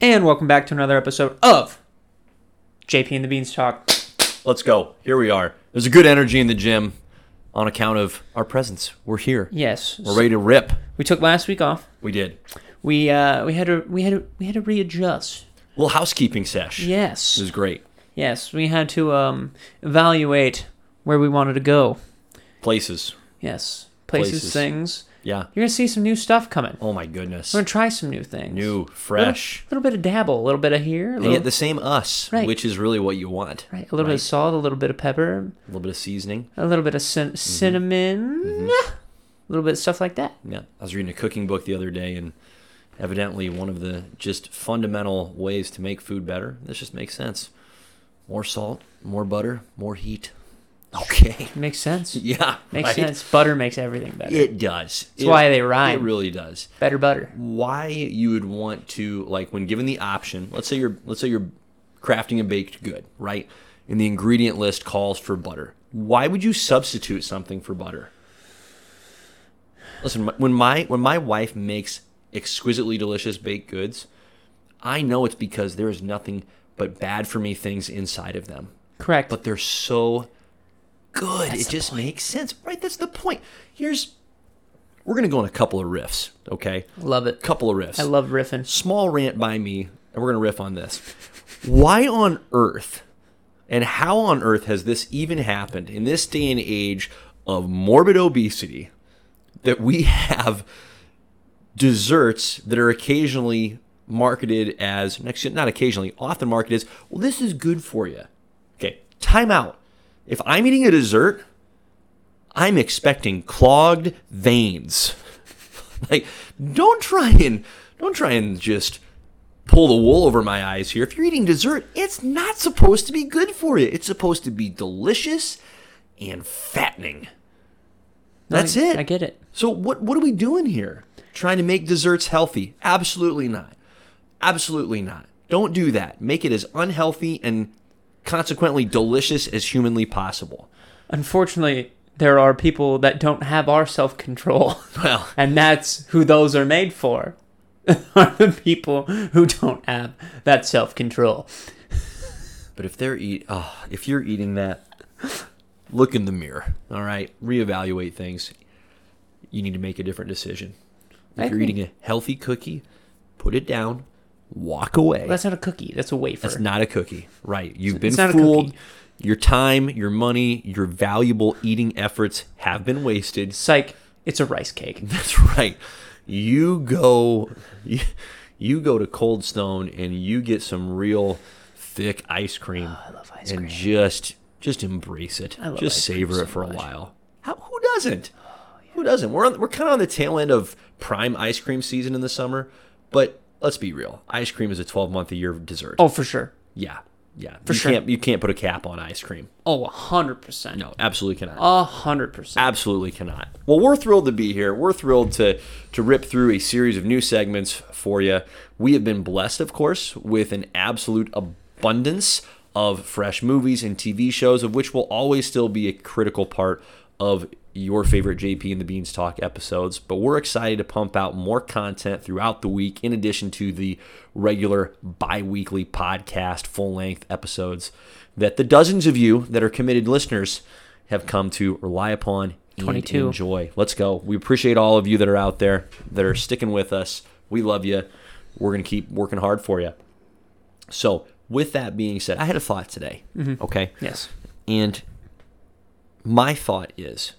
And welcome back to another episode of JP and the Beans Talk. Let's go. Here we are. There's a good energy in the gym on account of our presence. We're here. Yes, We're ready to rip. we took last week off. We did. We uh, we had to we had to, we had to readjust. Little housekeeping sesh. This Yes, is great. yes, we had to um, evaluate where we wanted to go. Places. Yes, places, Places. things. Yeah. You're gonna see some new stuff coming. We're Oh my goodness. gonna try some new things. New, a little, fresh. little bit of dabble, a little bit of here, a And little, yet the same us, Right. which is really what you want. right, a little bit of salt, a little bit of pepper, A little bit of seasoning. a little bit of Mm-hmm. cin- cinnamon, a little bit of stuff like that. Yeah. I was reading a cooking book the other day and evidently one of the just fundamental ways to make food better. This just makes sense. More salt, more butter, more heat. Okay. Makes sense. Yeah. Makes right? sense. Butter makes everything better. It does. That's It- why they rhyme. It really does. better butter. Why you would want to like when given the option, let's say you're let's say you're crafting a baked good, right? And the ingredient list calls for butter. Why would you substitute something for butter? Listen, my- when my when my wife makes exquisitely delicious baked goods, I know it's because there is nothing but bad for me things inside of them Correct. but they're so good. it the just makes sense, right? That's the point. Here's we're gonna go on a couple of riffs, okay? love it. Couple of riffs. I love riffing. Small rant by me, and we're gonna riff on this. Why on earth, and how on earth has this even happened in this day and age of morbid obesity that we have desserts that are occasionally marketed as next not occasionally often marketed as well this is good for you okay time out if i'm eating a dessert i'm expecting clogged veins like don't try and don't try and just pull the wool over my eyes here if you're eating dessert it's not supposed to be good for you it's supposed to be delicious and fattening that's I- it I get it. so what what are we doing here? Trying to make desserts healthy? Absolutely not. Absolutely not. Don't do that. Make it as unhealthy and consequently delicious as humanly possible. Unfortunately, there are people that don't have our self control, Well, and that's who those are made for. Are the people who don't have that self control? but if they're eat oh, if you're eating that, look in the mirror. All right, reevaluate things. You need to make a different decision. If I you're agree. eating a healthy cookie, put it down, walk away. That's not a cookie. That's a wafer. That's not a cookie, right? You've been it's not a fooled. cookie. Your time, your money, your valuable eating efforts have been wasted. Psych. It's a rice cake. That's right. You go, you, you go to Cold Stone and you get some real thick ice cream Oh, I love ice and cream. just just embrace it. love just ice cream savor so it for much. a while. How, who doesn't? Who doesn't? We're on, we're kind of on the tail end of prime ice cream season in the summer, but let's be real. Ice cream is a 12 month a year dessert. Oh, for sure. Yeah, yeah. For you sure. Can't, you can't put a cap on ice cream. Oh, a hundred percent. No, absolutely cannot. a hundred percent. absolutely cannot. Well, we're thrilled to be here. We're thrilled to to rip through a series of new segments for you. We have been blessed, of course, with an absolute abundance of fresh movies and TV shows, of which will always still be a critical part of your favorite JP and the Beans Talk episodes. But we're excited to pump out more content throughout the week, in addition to the regular bi weekly podcast full length episodes that the dozens of you that are committed listeners have come to rely upon and 22. enjoy. Let's go. We appreciate all of you that are out there that are sticking with us. We love you. We're going to keep working hard for you. So, with that being said, I had a thought today. Okay. Mm-hmm. Yes. And my thought is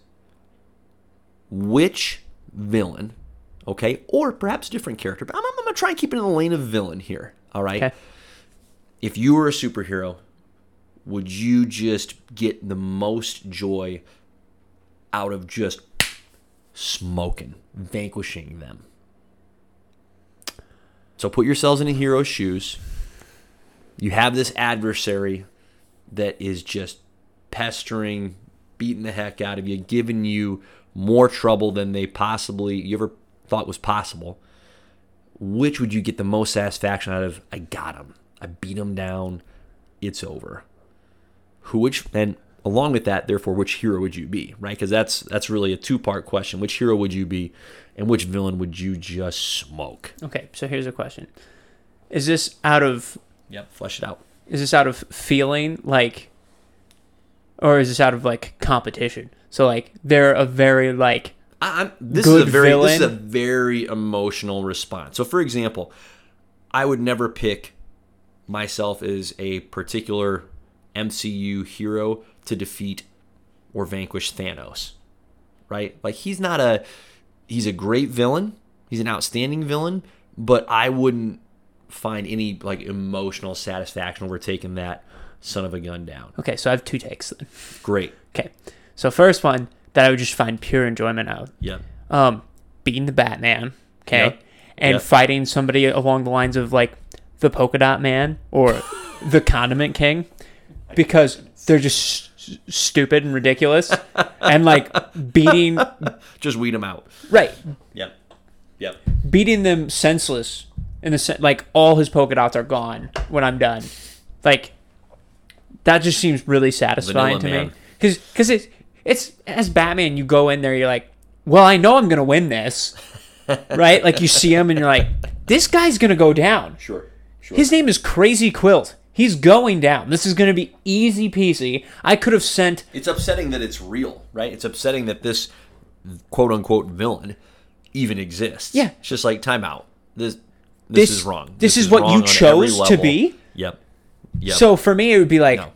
which villain, okay, or perhaps different character, but I'm, I'm going to try and keep it in the lane of villain here. All right. Okay. If you were a superhero, would you just get the most joy out of just smoking, vanquishing them? So put yourselves in a hero's shoes. You have this adversary that is just pestering, beating the heck out of you, giving you more trouble than they possibly you ever thought was possible. Which would you get the most satisfaction out of? I got him. I beat him down. It's over. Who which and along with that, therefore, which hero would you be? Right? Because that's that's really a two part question. Which hero would you be, and which villain would you just smoke? Okay. So here's a question: Is this out of Yep. Flesh it out. is this out of feeling like or is this out of like competition? So like they're a very like I, I'm, this is Good a very this is a villain. very emotional response. So, for example, I would never pick myself as a particular MCU hero to defeat or vanquish Thanos, right? Like he's not a he's a great villain. He's an outstanding villain, but I wouldn't find any like emotional satisfaction over taking that son of a gun down. okay, so I have two takes then. Great. Okay. So first one that I would just find pure enjoyment out. Yep. Um beating the Batman, okay? Yep. And Yep. fighting somebody along the lines of like the polka dot man or the condiment king because they're just s- stupid and ridiculous and like beating Just weed him out. right Yep. Yep. beating them senseless in the sen- like all his polka dots are gone when I'm done. Like that just seems really satisfying Vanilla to me Man. because because it's it's as Batman you go in there you're like well I know I'm gonna win this right like you see him and you're like this guy's gonna go down Sure. Sure. his name is Crazy Quilt he's going down this is gonna be easy peasy I could have sent it's upsetting that it's real, right? It's upsetting that this quote unquote villain even exists. Yeah. It's just like timeout. This this, This- is wrong. this is what wrong you on every chose to level. be? Yep. Yep. So for me, it would be like, No.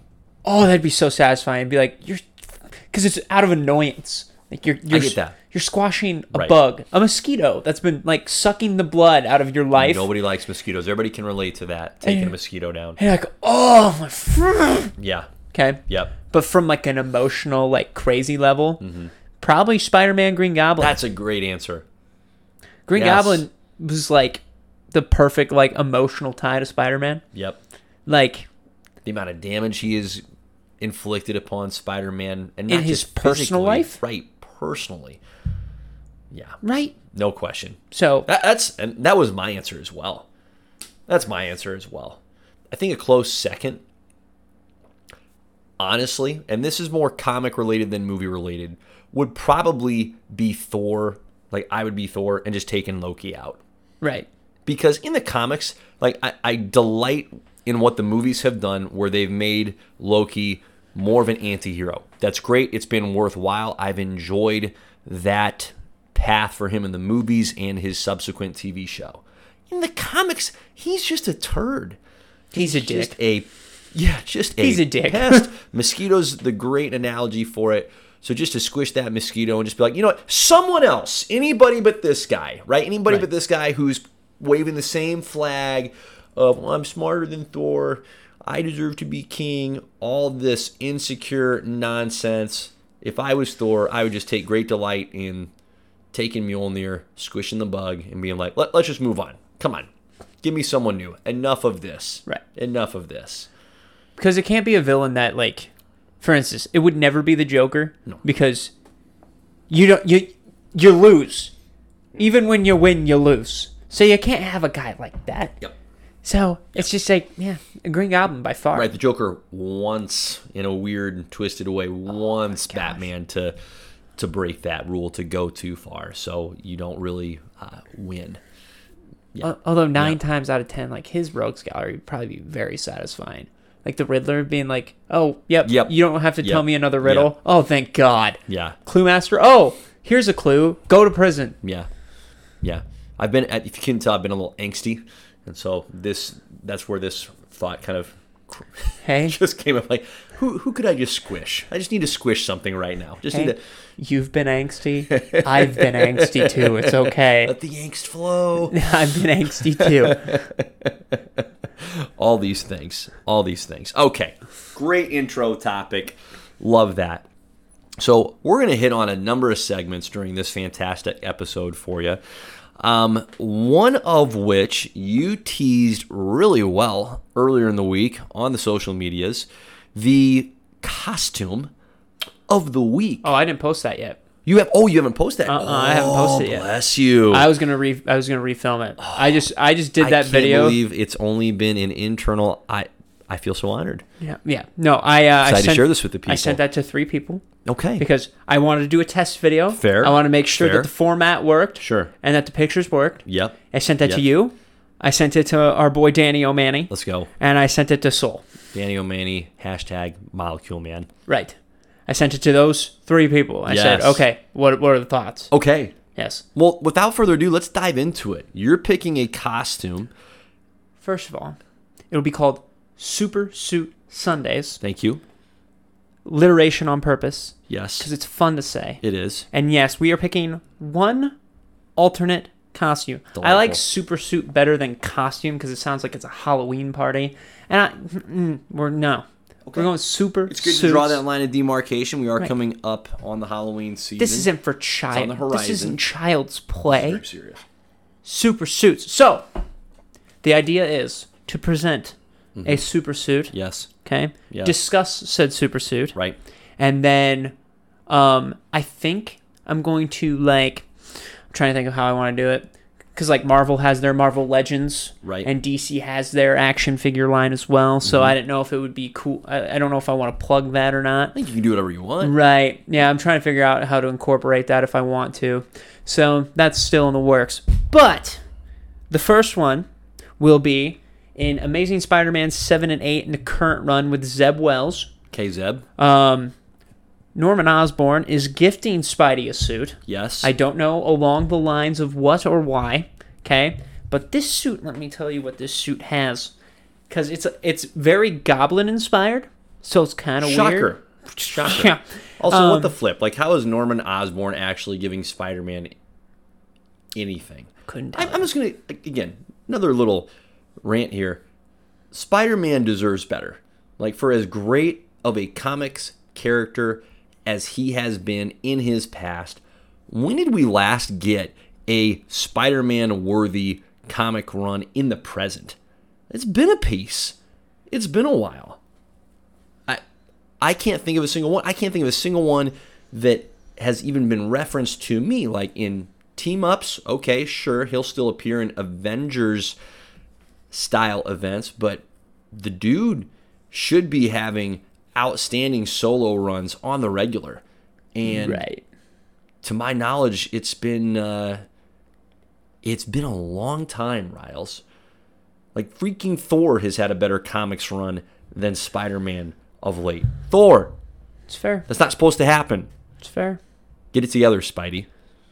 oh, that'd be so satisfying. Be like, you're, because it's out of annoyance. Like you're, you're, get that. you're squashing a Right. bug, a mosquito that's been like sucking the blood out of your life. nobody likes mosquitoes. Everybody can relate to that. Eh. Taking a mosquito down. And you're like, oh my, fr-" Yeah. okay. Yep. But from like an emotional, like crazy level, Mm-hmm. probably Spider-Man, Green Goblin. That's a great answer. Green yes. Goblin was like the perfect like emotional tie to Spider-Man. Yep. Like The amount of damage he has inflicted upon Spider Man and In not his just personal physically, life? Right, personally. Yeah. right. No question. So That, that's and that was my answer as well. That's my answer as well. I think a close second, honestly, and this is more comic related than movie related, would probably be Thor. Like I would be Thor and just taking Loki out right. because in the comics, like I, I delight in what the movies have done, where they've made Loki more of an anti-hero. That's great. It's been worthwhile. I've enjoyed that path for him in the movies and his subsequent TV show. In the comics, he's just a turd. He's a Just dick. a yeah, just a He's a dick. pest. Mosquitoes the great analogy for it. So just to squish that mosquito and just be like, you know what, someone else, anybody but this guy, right? Anybody but this guy who's waving the same flag of well, I'm smarter than Thor, I deserve to be king, all this insecure nonsense. If I was Thor, I would just take great delight in taking Mjolnir, squishing the bug, and being like, Let, let's just move on. Come on. Give me someone new. Enough of this. Right. Enough of this. because it can't be a villain that like for instance it would never be the joker because you don't you you lose even when you win you lose so you can't have a guy like that Yep. so it's just like yeah a green goblin by far Right, the Joker once in a weird, twisted way, wants Batman to to break that rule to go too far, so you don't really uh, win. Al- although nine times out of ten like his rogues gallery would probably be very satisfying like the riddler being like oh yep, Yep. you don't have to tell Yep. me another riddle Yep. oh thank god Yeah, clue master oh here's a clue go to prison yeah, yeah. I've been, if you can tell, I've been a little angsty, and so this that's where this thought kind of hey just came up. Like, who who could I just squish? I just need to squish something right now. Just need Hey, to you've been angsty. I've been angsty too. It's okay. let the angst flow. I've been angsty too. all these things all these things okay great intro topic love that so we're going to hit on a number of segments during this fantastic episode for you um, one of which you teased really well earlier in the week on the social medias the costume of the week Oh, I didn't post that yet. you have oh you haven't posted that Oh, Uh-uh, I haven't posted it yet. bless you I was gonna re I was gonna refilm it. I just I just did I that can't video. believe it's only been an internal i i feel so honored yeah, yeah. No, I uh, I Excited to sent, share this with the I sent people. that to three people okay because I wanted to do a test video. Fair. I want to make sure Fair. that the format worked. Sure. And that the pictures worked. Yep. I sent that to Yep. you. I sent it to our boy Danny O'Manny, Let's go. and I sent it to Soul. Danny O'Manny, hashtag molecule man. Right. I sent it to those three people. I said, Yes. okay, what, what are the thoughts? Okay. Yes. Well, without further ado, let's dive into it. You're picking a costume. First of all, it'll be called Super Suit Sundays. Thank you. Literation on purpose, because Yes. it's fun to say. It is. And yes, we are picking one alternate costume. I Delightful. like super suit better than costume because it sounds like it's a Halloween party. And I, mm, we're no, we're going super. It's good to suits. draw that line of demarcation. We are Right. coming up on the Halloween season. This isn't for on the child. This horizon. isn't child's play. Very serious. Super suits. So, the idea is to present Mm-hmm. a super suit. Yes. Okay. Yes. Discuss said super suit. Right. and then um i think i'm going to like i'm trying to think of how i want to do it because like marvel has their marvel legends Right. and dc has their action figure line as well so i didn't know if it would be cool I, I don't know if i want to plug that or not I think you can do whatever you want. right yeah i'm trying to figure out how to incorporate that if i want to so that's still in the works but the first one will be in amazing spider-man 7 and 8 in the current run with zeb wells K Zeb. um, Norman Osborn is gifting Spidey a suit. yes. I don't know along the lines of what or why. Okay, but this suit, let me tell you what this suit has, because it's it's very Goblin inspired, so it's kind of weird. Shocker. Shocker. Yeah. Also, Um, what the flip? Like, how is Norman Osborn actually giving Spider Man anything? Couldn't. I'm, I'm just gonna again another little rant here. Spider-Man deserves better. Like for as great of a comics character as he has been in his past, when did we last get a Spider-Man worthy comic run in the present? It's been a piece. It's been a while. I I can't think of a single one. I can't think of a single one that has even been referenced to me. Like in team ups, okay, sure, he'll still appear in Avengers style events, but the dude should be having outstanding solo runs on the regular. And right. to my knowledge, it's been uh, it's been a long time, Riles. Like freaking Thor has had a better comics run than Spider-Man of late. Thor, It's fair. that's not supposed to happen. It's fair. Get it together, Spidey.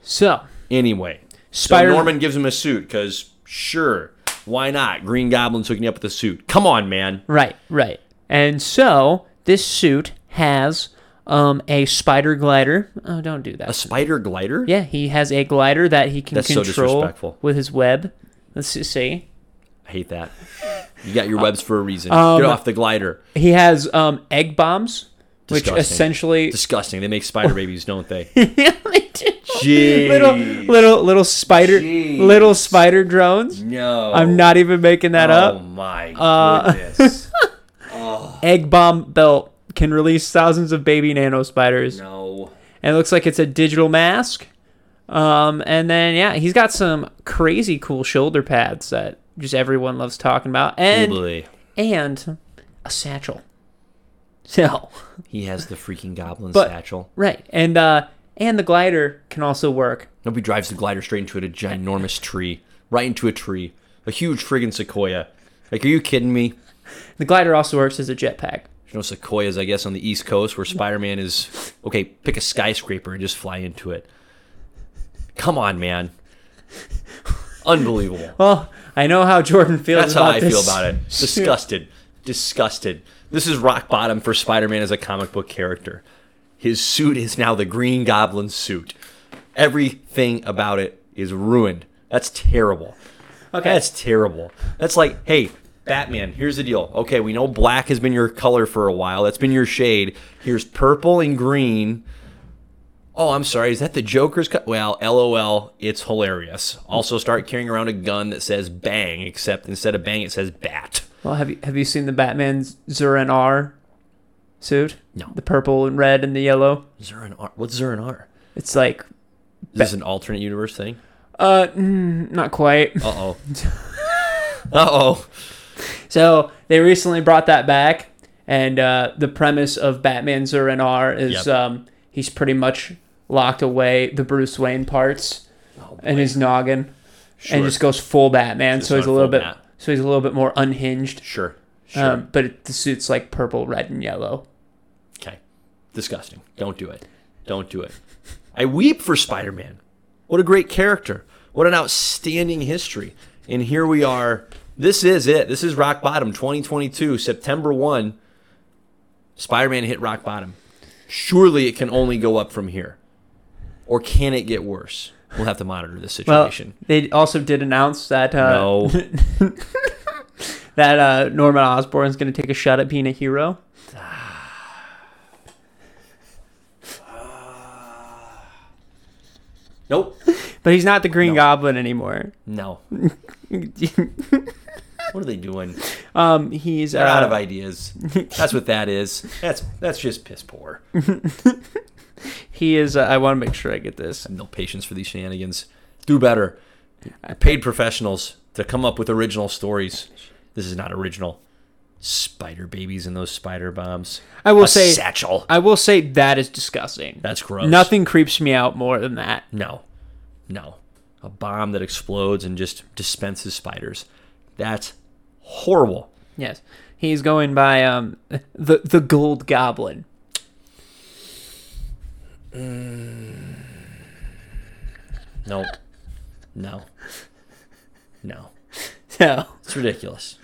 So Anyway, Spider- so Norman gives him a suit because sure, why not? Green Goblin's hooking you up with a suit. Come on, man. right, right, and so this suit has um a spider glider. Oh, don't do that. A spider glider? Yeah, he has a glider that he can That's so control disrespectful. with his web. Let's just see. I hate that. You got your webs for a reason. um, Get off the glider. He has um, egg bombs, Disgusting. which essentially Disgusting. They make spider babies, don't they? Jeez. little little little spider Jeez. little spider drones. No. I'm not even making that Oh up. Uh, my goodness. Oh. Egg bomb belt can release thousands of baby nano spiders, no. and it looks like it's a digital mask. Um, and then yeah, he's got some crazy cool shoulder pads that just everyone loves talking about, and Ghibli. and a satchel. So, He has the freaking goblin But- satchel. right. And uh and the glider can also work. Nobody drives the glider straight into a ginormous tree, right into a tree, a huge friggin' sequoia. Like, are you kidding me? The glider also works as a jetpack. There's no sequoias, I guess, on the East Coast where Spider-Man is okay. Pick a skyscraper and just fly into it. Come on, man! Unbelievable. Well, I know how Jordan feels That's how about I this. feel about it. Disgusted. Disgusted. This is rock bottom for Spider Man as a comic book character. His suit is now the Green Goblin suit. Everything about it is ruined. That's terrible. Okay. That's terrible. That's like, hey, Batman, here's the deal. Okay, we know black has been your color for a while. That's been your shade. Here's purple and green. Oh, I'm sorry. Is that the Joker's cut? Well, LOL. It's hilarious. Also, start carrying around a gun that says bang, except instead of bang, it says bat. Well, have you have you seen the Batman Zurin R suit? No. The purple and red and the yellow. Zurin R. What's Zurin R? It's like Is this an alternate universe thing? uh mm, not quite. Uh oh. uh oh. So they recently brought that back, and uh, the premise of Batman Zurin R is Yep. um, he's pretty much locked away the Bruce Wayne parts and his noggin. and Sure. Oh, just goes full Batman. Just so he's a going little full bit Bat. so he's a little bit more unhinged. Sure. Sure. Um, but it, the suit's like purple, red, and yellow. Okay. Disgusting. Don't do it. Don't do it. I weep for Spider Man. What a great character. What an outstanding history. And here we are. This is it. This is rock bottom 2022, September 1. Spider Man hit rock bottom. Surely it can only go up from here. Or can it get worse? We'll have to monitor this Well, situation. they also did announce that uh, no. that uh, Norman Osborn's going to take a shot at being a hero. nope. But he's not the Green Goblin anymore. No. What are they doing? um, he's uh, They're out of ideas. That's what that is. That's that's just piss poor. I he is. Uh, I want to make sure I get this. have no patience for these shenanigans. Do better. I paid professionals to come up with original stories. This is not original. Spider babies and those spider bombs. I will A say- satchel. I will say that is disgusting. That's gross. Nothing creeps me out more than that. No, no. A bomb that explodes and just dispenses spiders. That's horrible. Yes, he's going by um the the Gold Goblin. No, no, no. So It's ridiculous.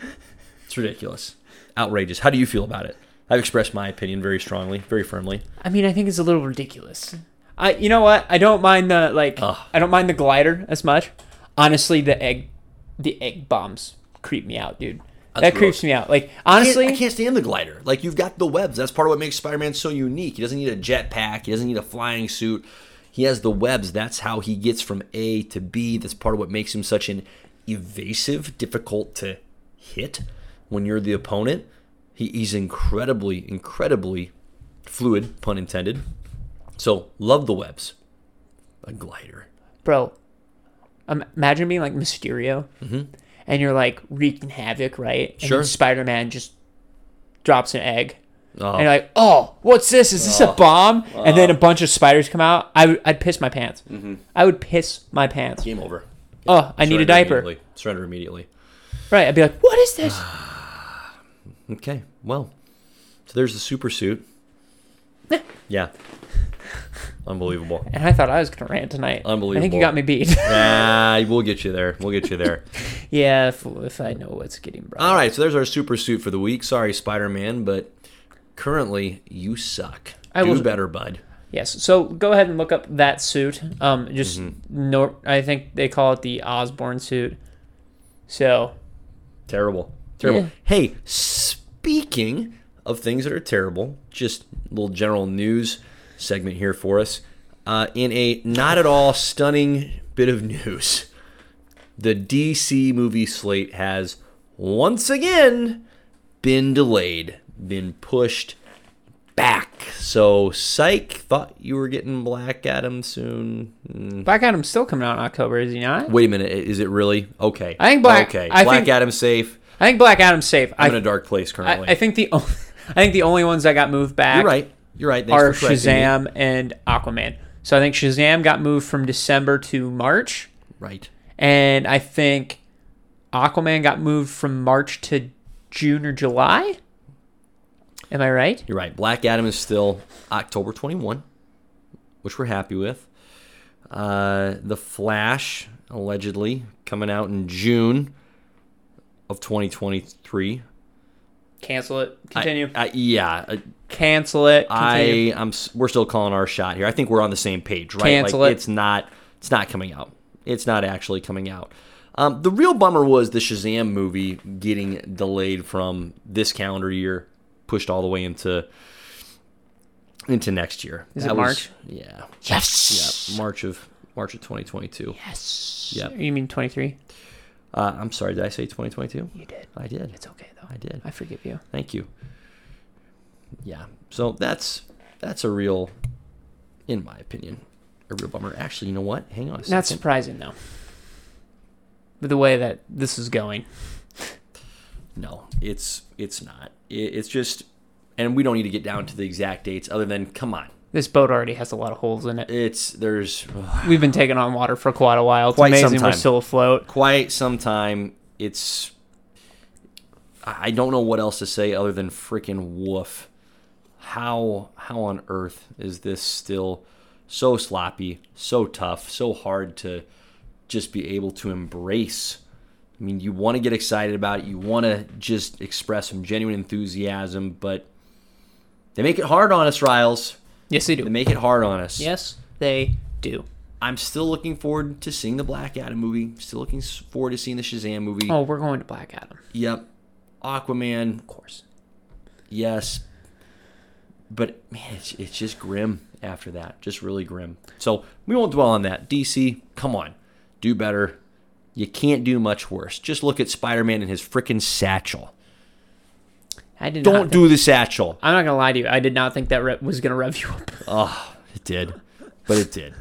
It's ridiculous. Outrageous. How do you feel about it? I've expressed my opinion very strongly, very firmly. I mean, I think it's a little ridiculous. I you know what? I don't mind the like. Ugh. I don't mind the glider as much. Honestly, the egg, the egg bombs creep me out, dude. that gross. creeps me out. Like Honestly, honestly, I can't stand the glider. Like you've got the webs. That's part of what makes Spider-Man so unique. He doesn't need a jetpack. He doesn't need a flying suit. He has the webs. That's how he gets from A to B. That's part of what makes him such an evasive, difficult to hit when you're the opponent. He, he's incredibly, incredibly fluid, pun intended. So love the webs. A glider. bro. Um, imagine being like Mysterio, and you're like wreaking havoc, right? And Sure. Spider Man just drops an egg. Oh. And you're like, oh, what's this? Is this a bomb? And then a bunch of spiders come out. I would, I'd piss my pants. Mm-hmm. I would piss my pants. Game over. Oh, I need a Surrender diaper. immediately. Surrender immediately. Right. I'd be like, what is this? Okay, well, so there's the super suit. yeah, unbelievable. And I thought I was going to rant tonight. I think Unbelievable. you got me beat. Ah, we'll get you there. We'll get you there. yeah, if, if I know what's getting brought All up. right, so there's our super suit for the week. Sorry, Spider Man, but currently you suck. I Do will- better, bud. Yes. So go ahead and look up that suit. Um, just Mm-hmm. nor- I think they call it the Osborne suit. So Terrible. Terrible. Yeah. Hey, speaking of things that are terrible, just a little general news segment here for us. Uh, in a not at all stunning bit of news, the DC movie slate has once again been delayed, been pushed back. So, psych, thought you were getting Black Adam soon. Mm, Black Adam's still coming out in October, is he not? Wait a minute, i- is it really? Okay. I think Black- Okay, I Black think- Adam's safe. I think Black Adam's safe. I'm I, in a dark place currently. I, I think the only, I think the only ones that got moved back You're right. You're right. Thanks are for correcting me. Shazam and Aquaman. So I think Shazam got moved from December to March, Right. and I think Aquaman got moved from March to June or July. Am I right? You're right. Black Adam is still October 21, which we're happy with. Uh, the Flash allegedly coming out in June of 2023. Cancel it. I- Continue. I- yeah. I- Cancel it. Continue. I I'm s- we're still calling our shot here. I think we're on the same page, right? Cancel like it. it's not it's not coming out. It's not actually coming out. Um, the real bummer was the Shazam movie getting delayed from this calendar year, pushed all the way into into next year. Is That it was- March? Yeah, yes. yeah, March of March of 2022. Yes. Yep. You mean twenty three? Uh, I'm sorry, did I say 2022? You did. I did. It's okay though. I did. I forgive you. Thank you. Yeah. So that's that's a real, in my opinion, a real bummer. Actually, you know what? Hang on a Not second. surprising though. But the way that this is going. no, it's it's not. It, it's just, and we don't need to get down to the exact dates. Other than, come on, This boat already has a lot of holes in it. It's there's We've been taking on water for quite a while. It's Quite some amazing we're time. still afloat. quite some time. It's I I don't know what else to say other than freaking woof. How how on earth is this still so sloppy, so tough, so hard to just be able to embrace? I mean, you want to get excited about it, you want to just express some genuine enthusiasm, but they make it hard on us, Riles. Yes, they They do. make it hard on us. Yes, they do. I'm still looking forward to seeing the Black Adam movie. Still looking s- forward to seeing the Shazam movie. Oh, we're going to Black Adam, of Yep. Aquaman, course. yes. But man, it's, it's just grim after that. Just really grim. So we won't dwell on that. DC, come on. Do better. You can't do much worse. Just look at Spider Man and his freaking satchel. I did not Don't think- do the satchel. I'm not gonna lie to you. I did not think that re- was gonna rev you up. Oh, it did. But it did.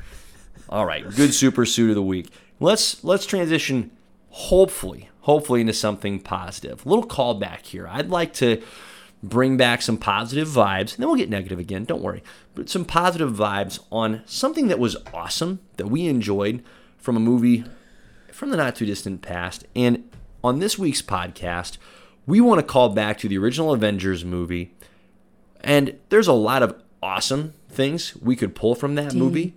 All right. Good super suit of the week. Let's let's transition hopefully, hopefully into something positive. A little callback here. I'd like to bring back some positive vibes, and then we'll get negative again, don't worry. But some positive vibes on something that was awesome that we enjoyed from a movie from the not too distant past. And on this week's podcast, we want to call back to the original Avengers movie and there's a lot of awesome things we could pull from that movie.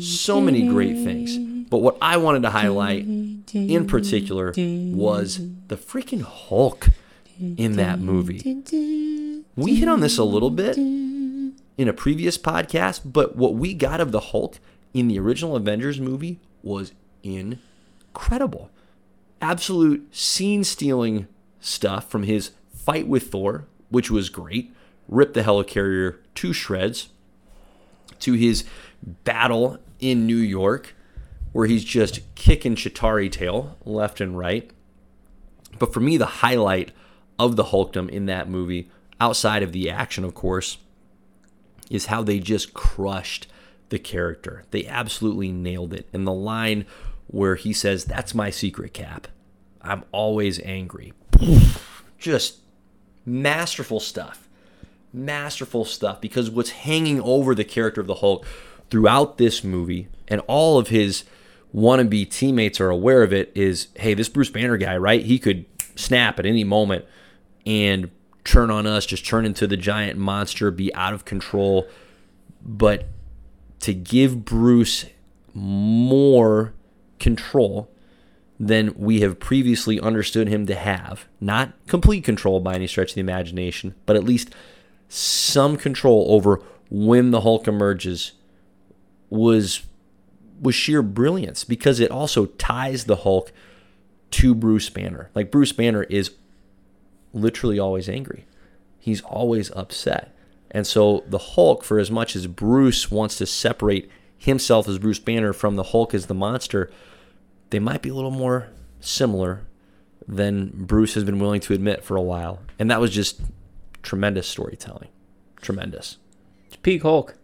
So many great things. But what I wanted to highlight in particular was the freaking Hulk in that movie. We hit on this a little bit in a previous podcast, but what we got of the Hulk in the original Avengers movie was incredible absolute scene stealing stuff from his fight with Thor, which was great, ripped the helicarrier to shreds, to his battle in New York, where he's just kicking Chitari tail left and right. But for me, the highlight of the Hulkdom in that movie, outside of the action, of course, is how they just crushed the character. They absolutely nailed it. And the line where he says, That's my secret cap. I'm always angry. Just masterful stuff. Masterful stuff. Because what's hanging over the character of the Hulk throughout this movie and all of his wannabe teammates are aware of it is hey, this Bruce Banner guy, right? He could snap at any moment and turn on us, just turn into the giant monster, be out of control. But to give Bruce more control than we have previously understood him to have, not complete control by any stretch of the imagination, but at least some control over when the Hulk emerges was was sheer brilliance because it also ties the Hulk to Bruce Banner. Like Bruce Banner is literally always angry. He's always upset. And so the Hulk, for as much as Bruce wants to separate himself as Bruce Banner from the Hulk as the monster, they might be a little more similar than Bruce has been willing to admit for a while. And that was just tremendous storytelling. Tremendous. It's peak Hulk.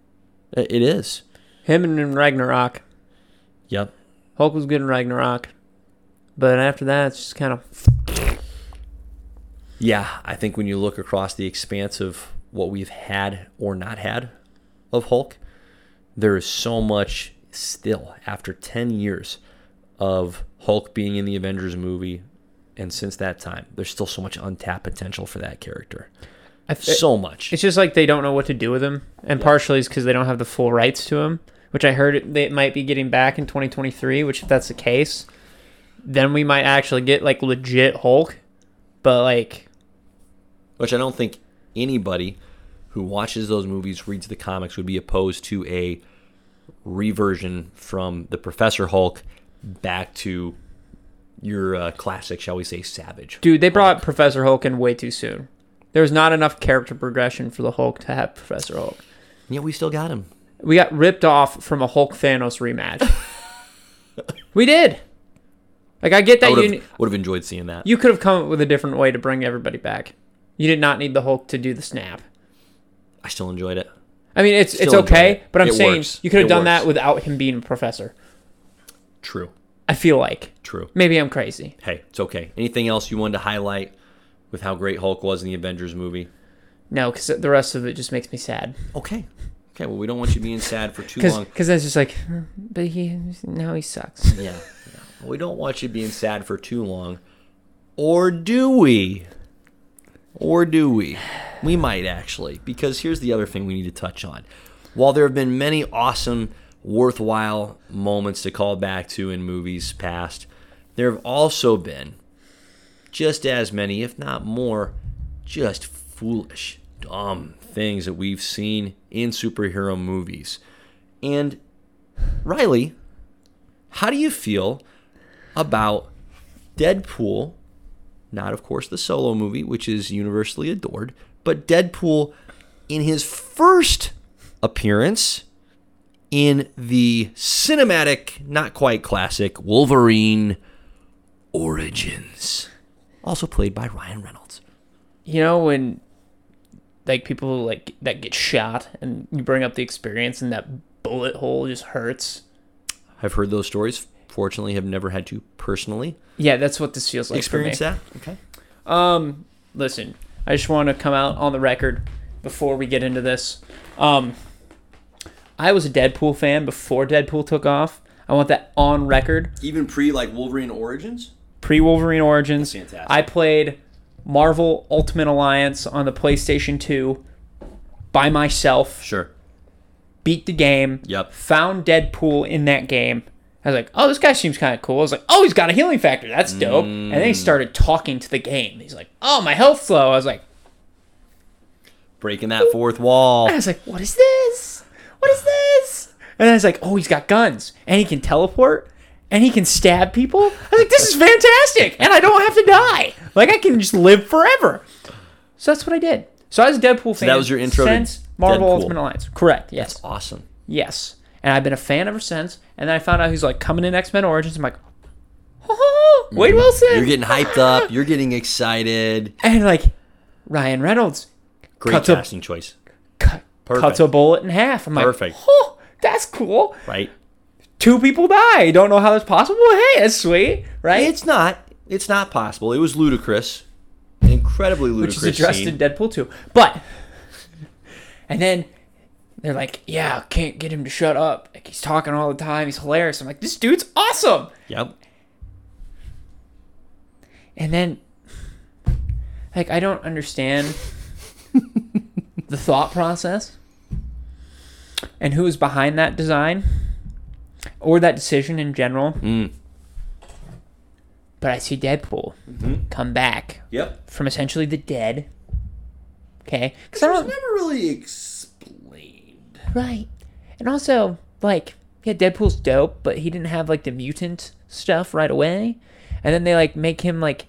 I- It is. Him and in Ragnarok. Yep. Hulk was good in Ragnarok, but after that, it's just kind of Yeah, I think when you look across the expanse of what we've had or not had of Hulk, there is so much still after 10 years of Hulk being in the Avengers movie. And since that time, there's still so much untapped potential for that character. I f- So much. It's just like they don't know what to do with him, and partially it's because they don't have the full rights to him, which I heard it, they might be getting back in 2023. Which, if that's the case, then we might actually get like legit Hulk. But like, which I don't think anybody who watches those movies, reads the comics, would be opposed to a reversion from the Professor Hulk back to your uh, classic, shall we say, Savage. dude, they brought Professor Hulk in way too soon. There was not enough character progression for the Hulk to have Professor Hulk. Yeah, we still got him. We got ripped off from a Hulk Thanos rematch. we did. Like I get I that would you have, would have enjoyed seeing that. you could have come up with a different way to bring everybody back. You did not need the Hulk to do the snap. I still enjoyed it. I mean, it's it's Still enjoy okay, it. but I'm It saying works. you could have It done works. that without him being a professor. True. I feel like True. maybe I'm crazy. Hey, it's okay. Anything else you wanted to highlight with how great Hulk was in the Avengers movie? No, because the rest of it just makes me sad. Okay. Okay, well, we don't want you being sad for too long. Because that's just like, "Huh, but he now he sucks. Yeah, yeah. Well, we don't want you being sad for too long. Or do we? Or do we? We might actually, because here's the other thing we need to touch on. While there have been many awesome, worthwhile moments to call back to in movies past, there have also been just as many, if not more, just foolish, dumb things that we've seen in superhero movies. And Riley, how do you feel about Deadpool? Not, of course, the solo movie, which is universally adored, but Deadpool in his first appearance in the cinematic, not quite classic, Wolverine Origins, also played by Ryan Reynolds. You know when, like people like that get shot and you bring up the experience and that bullet hole just hurts. I've heard those stories. Fortunately, have never had to personally Yeah, that's what this feels like. experience for me. that. Okay. Um, listen, I just want to come out on the record before we get into this. Um, I was a Deadpool fan before Deadpool took off. I want that on record. Even pre like Wolverine Origins. pre Wolverine Origins. That's fantastic. I played Marvel Ultimate Alliance on the PlayStation 2 by myself, Sure. beat the game, Yep. found Deadpool in that game. I was like, oh, this guy seems kind of cool. I was like, oh, he's got a healing factor. That's dope. And then he Mm. started talking to the game. He's like, oh, my health's low. I was like, Breaking that fourth wall. I was like, what is this? What is this? And I was like, oh, he's got guns and he can teleport and he can stab people. I was like, this is fantastic. And I don't have to die. Like, I can just live forever. So that's what I did. So I was a Deadpool fan. that was your intro to since Marvel Deadpool. Ultimate Alliance. Correct. Yes. Awesome. Yes. And I've been a fan ever since. And then I found out he's like coming in X Men Origins. I'm like, oh, Wade Wilson. You're getting hyped up. You're getting excited. And like, Ryan Reynolds Great Cuts a- casting choice. cut, Perfect. cuts a bullet in half. I'm like, Perfect. oh, that's cool. Right. two people die. Don't know how that's possible. Hey, that's sweet, right? It's not. It's not possible. It was ludicrous. Incredibly Which ludicrous. is addressed scene. in Deadpool 2. But, and then they're like, yeah, can't get him to shut up. Like, he's talking all the time. He's hilarious. I'm like, this dude's awesome. Yep. And then, like, I don't understand the thought process and who is behind that design or that decision in general. Mm. But I see Deadpool come back Mm-hmm. Yep. from essentially the dead. Okay, because I don't never really explained. right, and also like yeah, Deadpool's dope, but he didn't have like the mutant stuff right away, and then they like make him like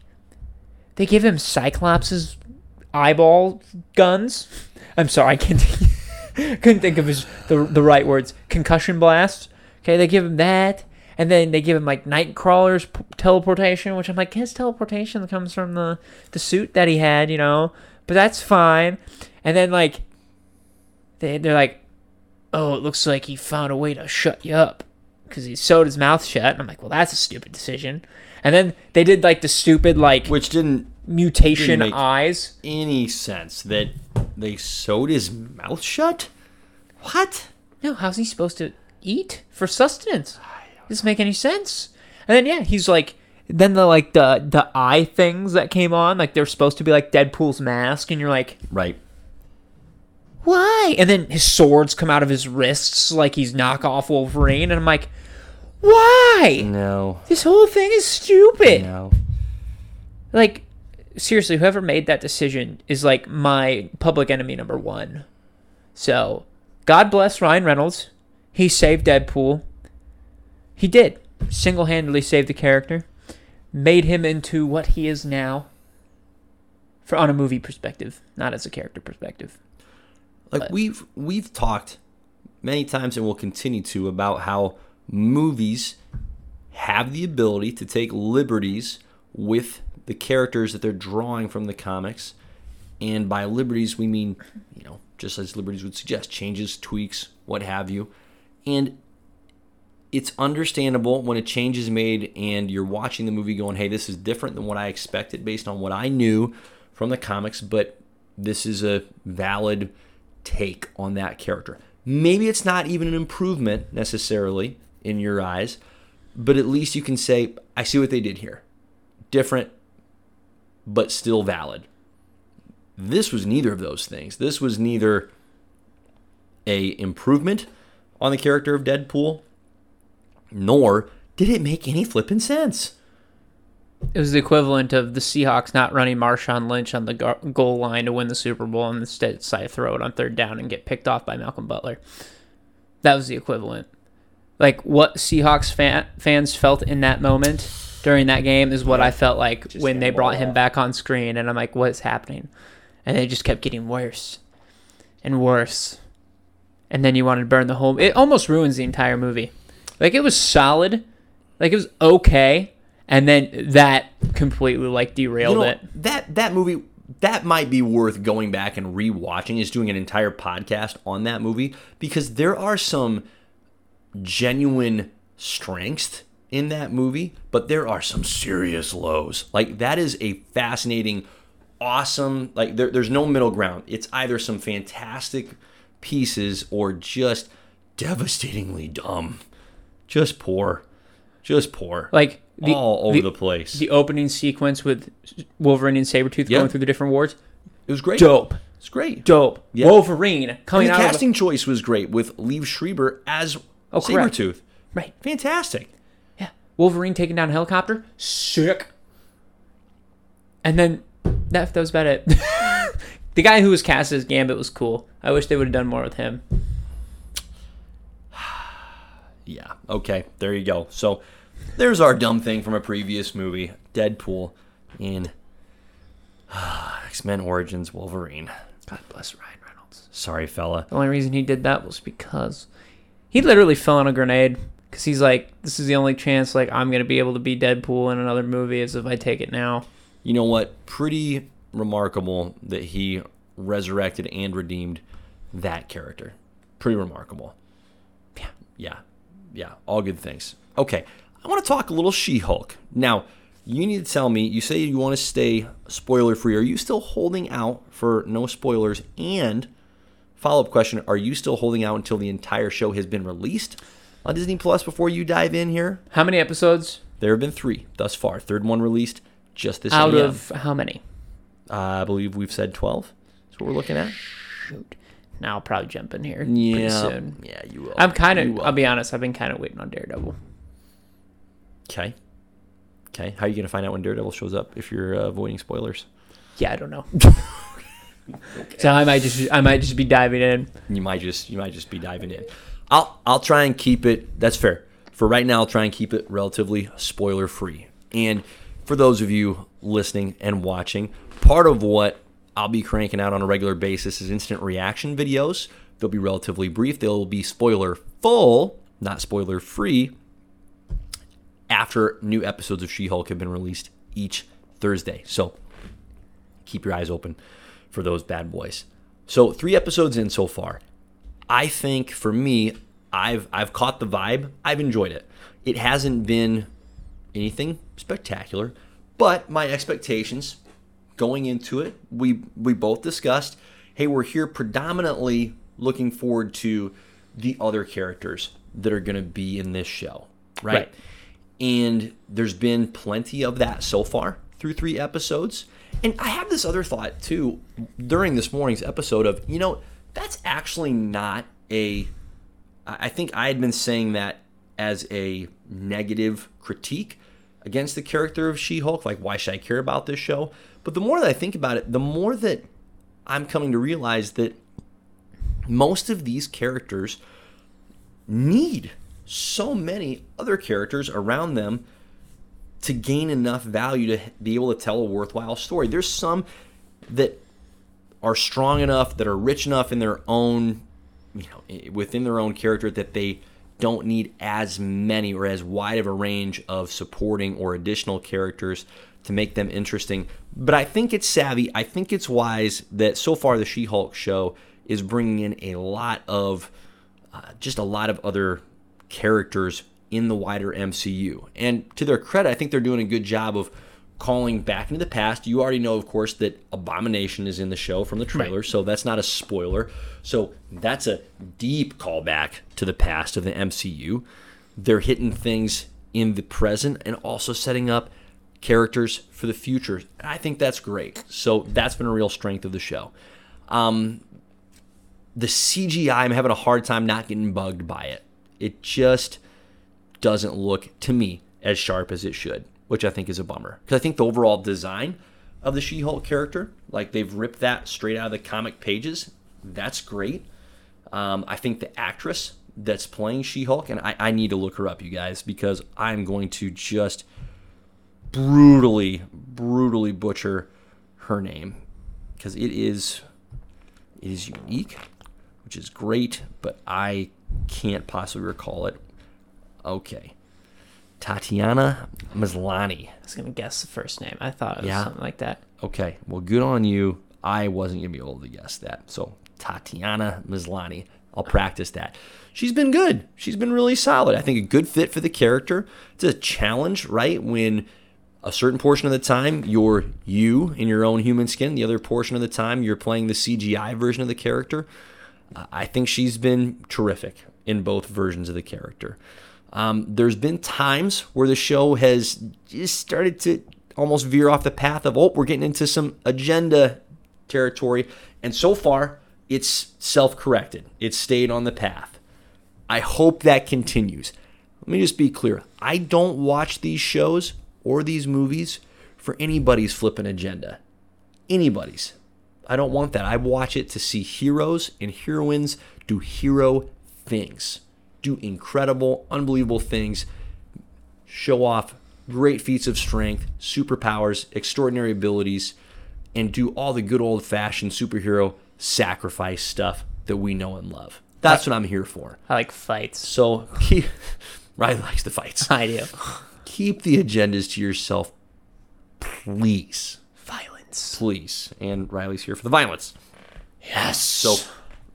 they give him Cyclops's eyeball guns. I'm sorry, I can't think, couldn't think of his the the right words. Concussion blast. Okay, they give him that. And then they give him like Nightcrawler's p- teleportation, which I'm like, his teleportation comes from the, the suit that he had, you know, but that's fine. And then like, they they're like, oh, it looks like he found a way to shut you up because he sewed his mouth shut. And I'm like, well, that's a stupid decision. And then they did like the stupid like Which didn't mutation Didn't make- eyes. any sense that they sewed his mouth shut. What? No, how's he supposed to eat for sustenance? Doesn't make any sense. And then yeah, he's like, then the like the the eye things that came on, like they're supposed to be like Deadpool's mask, and you're like, Right. why? And then his swords come out of his wrists like he's knockoff Wolverine, and I'm like, why? No. This whole thing is stupid. No. Like, seriously, whoever made that decision is like my public enemy number one. So, God bless Ryan Reynolds. He saved Deadpool. He did. Single handedly saved the character, made him into what he is now. For on a movie perspective, not as a character perspective. Like we've we've talked many times and will continue to about how movies have the ability to take liberties with the characters that they're drawing from the comics. And by liberties, we mean, you know, just as liberties would suggest, changes, tweaks, what have you. And it's understandable when a change is made and you're watching the movie going, hey, this is different than what I expected based on what I knew from the comics, but this is a valid take on that character. Maybe it's not even an improvement necessarily in your eyes, but at least you can say, I see what they did here. Different, but still valid. This was neither of those things. This was neither a improvement on the character of Deadpool, nor did it make any flippin' sense. It was the equivalent of the Seahawks not running Marshawn Lynch on the go- goal line to win the Super Bowl and instead decide to throw it on third down and get picked off by Malcolm Butler. That was the equivalent. Like what Seahawks fan- fans felt in that moment during that game is what I felt like Just when they hand the brought ball him off. back on screen, and I'm like, what is happening? And it just kept getting worse and worse. And then you wanted to burn the whole. It almost ruins the entire movie. Like it was solid, like it was okay, and then that completely like You derailed know, it. That that movie that might be worth going back and rewatching is doing an entire podcast on that movie because there are some genuine strengths in that movie, but there are some serious lows. Like that is a fascinating, awesome. Like there, there's no middle ground. It's either some fantastic pieces or just devastatingly dumb, just poor, just poor. Like the all over the, the, place. the opening sequence with Wolverine and Sabretooth Yeah. going through the different wards. it was great. Dope, It's great. dope. Yeah. Wolverine coming And the out casting choice was great with Liev Schreiber as Oh, correct. Sabretooth. of a, right. Fantastic. Yeah, Wolverine taking down a helicopter. Sick. And then that that was about it. the guy who was cast as Gambit was cool. I wish they would have done more with him. Yeah. Okay. There you go. So there's our dumb thing from a previous movie Deadpool in X Men Origins Wolverine. God bless Ryan Reynolds. Sorry, fella. The only reason he did that was because he literally fell on a grenade because he's like, this is the only chance like I'm gonna be able to be Deadpool in another movie is if I take it now. You know what? Pretty remarkable that he resurrected and redeemed that character. Pretty remarkable. Yeah. Yeah. Yeah. All good things. Okay. I want to talk a little She Hulk. Now, you need to tell me, you say you want to stay spoiler free. Are you still holding out for no spoilers? And follow up question Are you still holding out until the entire show has been released on Disney Plus before you dive in here? How many episodes There have been three thus far. Third one released just this out AM. of how many? I believe we've said 12. That's what we're looking at. Shoot. Now I'll probably jump in here pretty Yeah. soon. Yeah, you will. I'm kind You of. will. I'll be honest. I've been kind of waiting on Daredevil. Okay. Okay. How are you going to find out when Daredevil shows up if you're uh, avoiding spoilers? Yeah, I don't know. So I might just. I might just be diving in. You might just you might just be diving in. I'll I'll try and keep it. That's fair. For right now, I'll try and keep it relatively spoiler free. And for those of you listening and watching, part of what I'll be cranking out on a regular basis is instant reaction videos. They'll be relatively brief. They'll be spoiler full, not spoiler free. After new episodes of She-Hulk have been released each Thursday. So keep your eyes open for those bad boys. So three episodes in so far. I think for me, I've I've caught the vibe. I've enjoyed it. It hasn't been anything spectacular, but my expectations going into it, we we both discussed, hey, we're here predominantly looking forward to the other characters that are going to be in this show, Right. right? And there's been plenty of that so far through three episodes. And I have this other thought too during this morning's episode of, you know, that's actually not a. I I think I had been saying that as a negative critique against the character of She Hulk. Like, why should I care about this show? But the more that I think about it, the more that I'm coming to realize that most of these characters need so many other characters around them to gain enough value to be able to tell a worthwhile story. There's some that are strong enough, that are rich enough in their own, you know, i- within their own character that they don't need as many or as wide of a range of supporting or additional characters to make them interesting. But I think it's savvy. I think it's wise that so far the She-Hulk show is bringing in a lot of uh, just a lot of other characters in the wider MCU. And to their credit, I think they're doing a good job of calling back into the past. You already know, of course, that Abomination is in the show from the trailer, so that's not a spoiler. So that's a deep callback to the past of the MCU. They're hitting things in the present and also setting up characters for the future. And I think that's great. So that's been a real strength of the show. Um, the CGI, I'm having a hard time not getting bugged by it. It just doesn't look to me as sharp as it should, which I think is a bummer. Because I think the overall design of the She Hulk character, like they've ripped that straight out of the comic pages, that's great. Um, I think the actress that's playing She Hulk, and I, I need to look her up, you guys, because I'm going to just brutally, brutally butcher her name because it is it is unique, which is great, but I can't possibly recall it. Okay. Tatiana Maslany. I was gonna guess the first name. I thought it was Yeah. something like that. Okay. Well, good on you. I wasn't going to be able to guess that. So, Tatiana Maslany. I'll practice that. She's been good. She's been really solid. I think a good fit for the character. It's a challenge, right? When a certain portion of the time you're you in your own human skin, the other portion of the time you're playing the CGI version of the character. Uh, I think she's been terrific in both versions of the character. Um, there's been times where the show has just started to almost veer off the path of, oh, we're getting into some agenda territory. And so far, it's self corrected, it's stayed on the path. I hope that continues. Let me just be clear I don't watch these shows or these movies for anybody's flipping agenda anybody's. I don't want that. I watch it to see heroes and heroines do hero things, do incredible, unbelievable things, show off great feats of strength, superpowers, extraordinary abilities, and do all the good old fashioned superhero sacrifice stuff that we know and love. That's what I'm here for. I like fights. So, keep, Ryan likes the fights. I do. Keep the agendas to yourself, please Violence. please. And Riley's here for the violence. Yes. So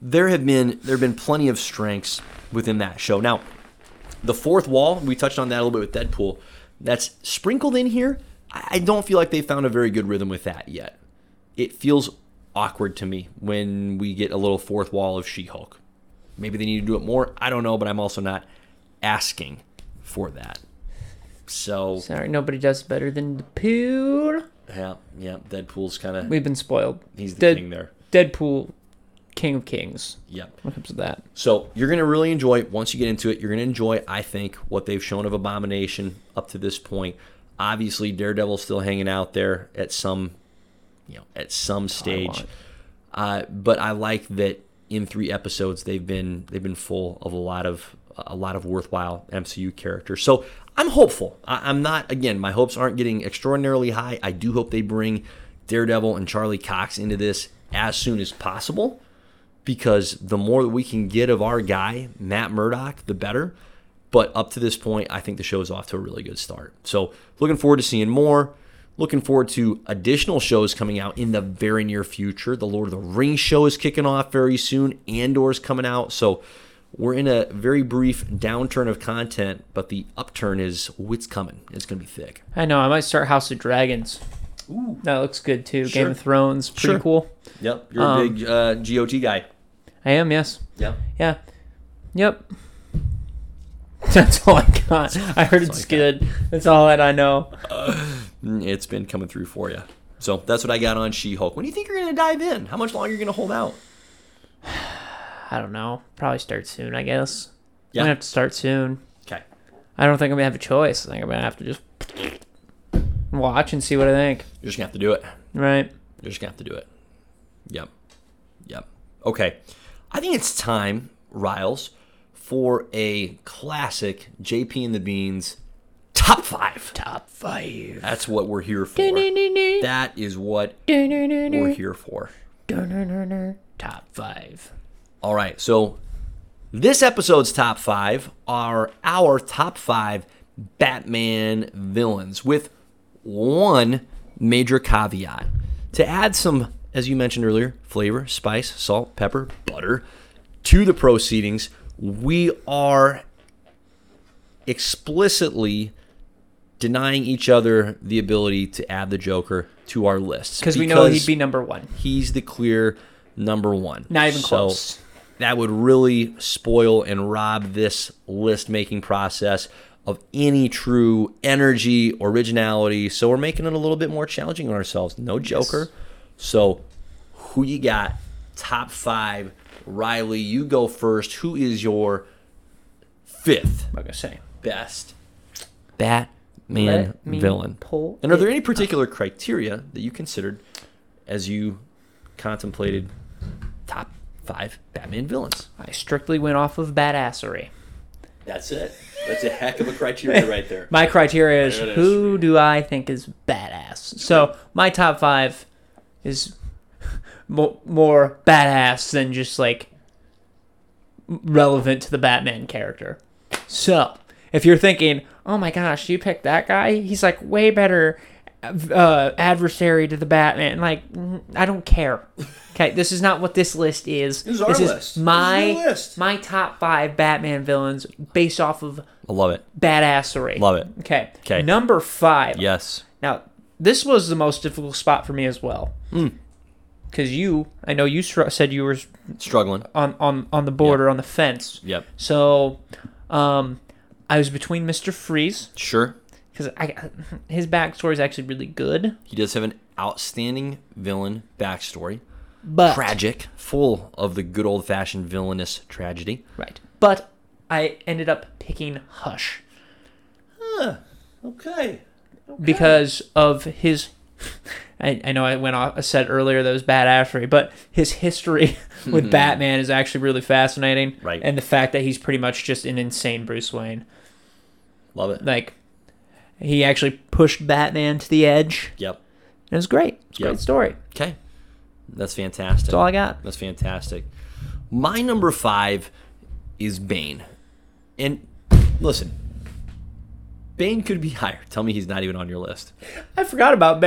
there have been there have been plenty of strengths within that show. Now, the fourth wall, we touched on that a little bit with Deadpool. That's sprinkled in here. I I don't feel like they found a very good rhythm with that yet. It feels awkward to me when we get a little fourth wall of She-Hulk. Maybe they need to do it more. I don't know, but I'm also not asking for that. So Sorry, nobody does better than the pool. yeah, yeah, Deadpool's kind of We've been spoiled. he's the Dead- king there. Deadpool, King of Kings. Yep. When it comes to that, So you're gonna really enjoy once you get into it. You're gonna enjoy, I think, what they've shown of Abomination up to this point. Obviously, Daredevil's still hanging out there at some, you know, at some stage. want. Uh, but I like that in three episodes they've been they've been full of a lot of a lot of worthwhile MCU characters. So I'm hopeful. I, I'm not again. My hopes aren't getting extraordinarily high. I do hope they bring Daredevil and Charlie Cox into this as soon as possible because the more that we can get of our guy, Matt Murdock, the better. But up to this point, I think the show is off to a really good start. So looking forward to seeing more. Looking forward to additional shows coming out in the very near future. The Lord of the Rings show is kicking off very soon. Andor's coming out. So we're in a very brief downturn of content, but the upturn is oh, it's coming. It's gonna be thick. I know I might start House of Dragons. Ooh. That looks good too. Sure. Game of Thrones, pretty Sure. cool. Yep, you're a big uh, GOT guy. I am. Yes. Yep. Yeah. Yep. That's all I got. I heard it's I got. good. That's all that I know. Mm, it's been coming through for you. So that's what I got on She Hulk. When do you think you're going to dive in? How much longer are you going to hold out? I don't know. Probably start soon. I guess. Yeah. I'm gonna have to start soon. Okay. I don't think I'm gonna have a choice. I think I'm gonna have to just watch and see what I think. You're just going to have to do it. Right. You're just going to have to do it. Yep. Yep. Okay. I think it's time, Riles, for a classic JP and the Beans top five. Top five. That's what we're here for. That is what we're here for. Top five. All right. So this episode's top five are our top five Batman villains with one major caveat to add some, as you mentioned earlier, flavor, spice, salt, pepper, butter to the proceedings. We are explicitly denying each other the ability to add the Joker to our lists because we know he'd be number one. he's the clear number one. Not even So close. That would really spoil and rob this list making process of any true energy, originality. So we're making it a little bit more challenging on ourselves. No Joker. So who you got? Top five. Riley, you go first. Who is your fifth I'm gonna say. best Batman Let me villain? pull And are there it any particular criteria that you considered as you contemplated top five Batman villains? I strictly went off of badassery. That's it. That's a heck of a criteria right there. My criteria is Badassery. who do I think is badass? So my top five is mo- more badass than just like relevant to the Batman character. So if you're thinking, oh my gosh, you picked that guy, he's like way better uh, adversary to the Batman. Like mm, I don't care. Okay, this is not what this list is. This is our this list. This Is is my your list. my top five Batman villains based off of I love it. badassery. Love it. Okay. 'Kay. Number five. Yes. Now, this was the most difficult spot for me as well. Because you, I know you str- said you were Struggling. on, on, on the border, on the fence. Yep. So, um, I was between Mr. Freeze, Sure. because his backstory is actually really good. He does have an outstanding villain backstory. But, Tragic. Full of the good old fashioned villainous tragedy. right. But I ended up picking Hush Okay. because of his. I, I know I went off, I said earlier that it was badassery, but his history with Batman is actually really fascinating. Mm-hmm. Right. And the fact that he's pretty much just an insane Bruce Wayne. Love it. Like, he actually pushed Batman to the edge. Yep. It was great. It's a Yep. great story. Okay. That's fantastic. That's all I got. That's fantastic. My number five is Bane. And listen, Bane could be higher. Tell me he's not even on your list. I forgot about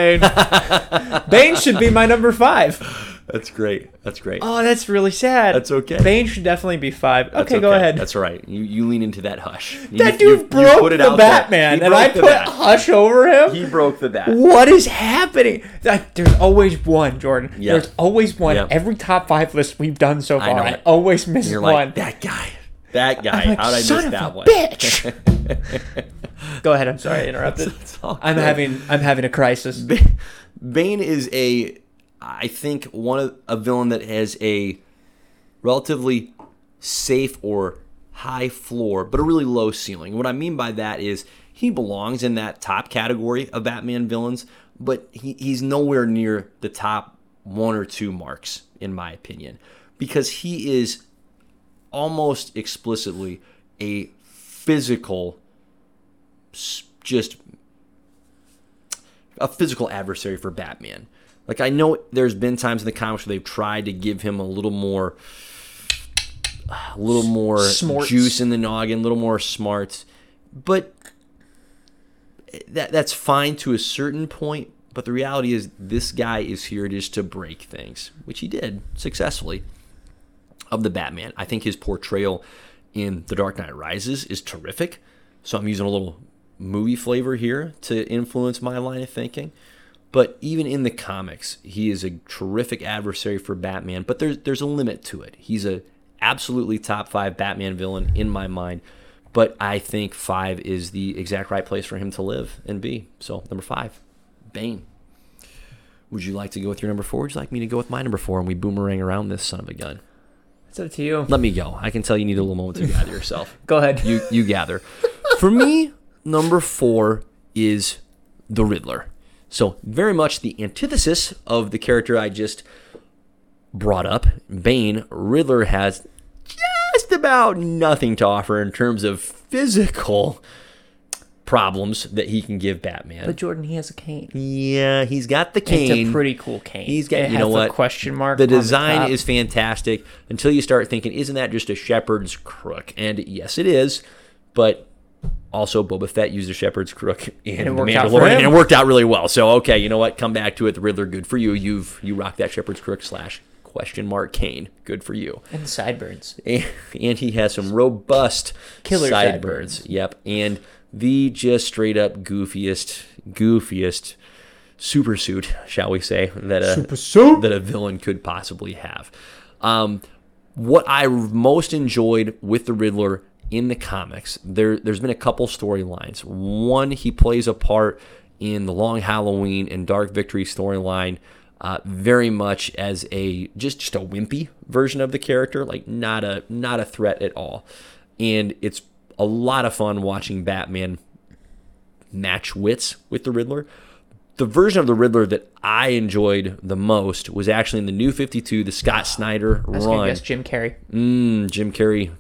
Bane. Bane should be my number five. That's great. That's great. Oh, that's really sad. That's okay. Bane should definitely be five. Okay, That's go ahead. That's all right. You, you lean into that hush. You- that you- dude you broke put it the out there. Batman, He and broke I the put bat. Hush over him. He broke the bat. What is happening? That, there's always one, Jordan. Yeah. There's always one. Yeah. Every top five list we've done so far, know I, it. always miss You're one. like that guy. That guy. I'm like, How'd I miss son of that a one? bitch. Go ahead. I'm sorry I interrupted. It's all I'm good. having I'm having a crisis. Bane- Bane is a, I think one of a villain that has a relatively safe or high floor, but a really low ceiling. What I mean by that is he belongs in that top category of Batman villains, but he, he's nowhere near the top one or two marks, in my opinion, because he is almost explicitly a physical, s- just a physical adversary for Batman. Like I know there's been times in the comics where they've tried to give him a little more, a little more Smarts. juice in the noggin, a little more smarts, but that that's fine to a certain point. But the reality is, this guy is here just to break things, which he did successfully of the Batman. I think his portrayal in The Dark Knight Rises is terrific. So I'm using a little movie flavor here to influence my line of thinking. But even in the comics, he is a terrific adversary for Batman, but there's there's a limit to it. He's a absolutely top 5 Batman villain in my mind, but I think 5 is the exact right place for him to live and be. So number 5, Bane. Would you like to go with your number 4? Would you like me to go with my number 4 and we boomerang around this son of a gun? It's up to you. Let me go. I can tell you need a little moment to gather yourself. Go ahead. You you gather. For me, number four is the Riddler. So very much the antithesis of the character I just brought up, Bane. Riddler has just about nothing to offer in terms of physical problems that he can give Batman. but Jordan, he has a cane. yeah, he's got the cane. It's a pretty cool cane. He's got- It you has know the what? question mark. The on design top. is fantastic until you start thinking, isn't that just a shepherd's crook? And yes, it is, but also Boba Fett used a shepherd's crook in it The worked out for Mandalorian, him. and it worked out really well. So okay, you know what? Come back to it. The Riddler, good for you. You've you rock that shepherd's crook slash question mark cane. Good for you. and sideburns. And, and he has some robust Killer sideburns. sideburns. Yep, and the just straight up goofiest, goofiest super suit, shall we say, that a Super suit? that a villain could possibly have. Um, what I most enjoyed with the Riddler in the comics, there there's been a couple storylines. One, he plays a part in the Long Halloween and Dark Victory storyline. Uh, very much as a just just a wimpy version of the character, like not a not a threat at all, and it's a lot of fun watching Batman match wits with the Riddler. The version of the Riddler that I enjoyed the most was actually in the New 52, the Scott Snyder I was gonna run. guess Jim Carrey. Mm, Jim Carrey,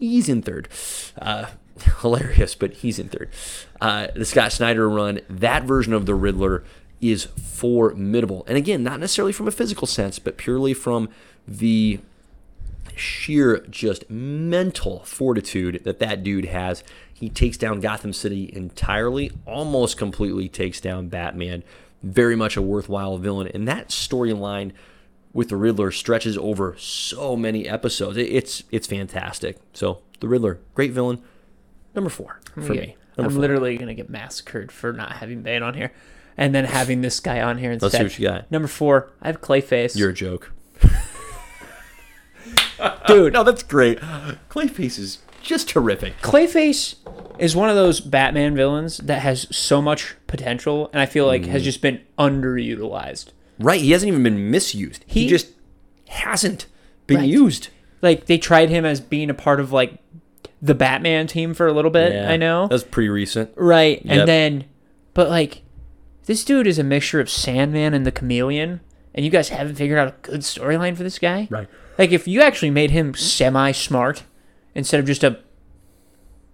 he's in third. Uh, hilarious, but he's in third. Uh, the Scott Snyder run, that version of the Riddler is formidable. And again, not necessarily from a physical sense, but purely from the sheer just mental fortitude that that dude has. He takes down Gotham City entirely, almost completely takes down Batman. Very much a worthwhile villain. And that storyline with the Riddler stretches over so many episodes. It- It's it's fantastic. So the Riddler, great villain. Number four for Yeah. me. I'm Number four. literally gonna get massacred for not having Bane on here, and then having this guy on here instead. Let's see what you got. Number four, I have Clayface. You're a joke. dude. No, that's great. Clayface is just terrific. Clayface is one of those Batman villains that has so much potential, and I feel like Mm. has just been underutilized. Right, he hasn't even been misused. He, He- just hasn't been Right. used. Like they tried him as being a part of like the Batman team for a little bit. I know, That's pretty recent. right? Yep. And then, but like, this dude is a mixture of Sandman and the Chameleon, and you guys haven't figured out a good storyline for this guy, Right. Like if you actually made him semi smart instead of just a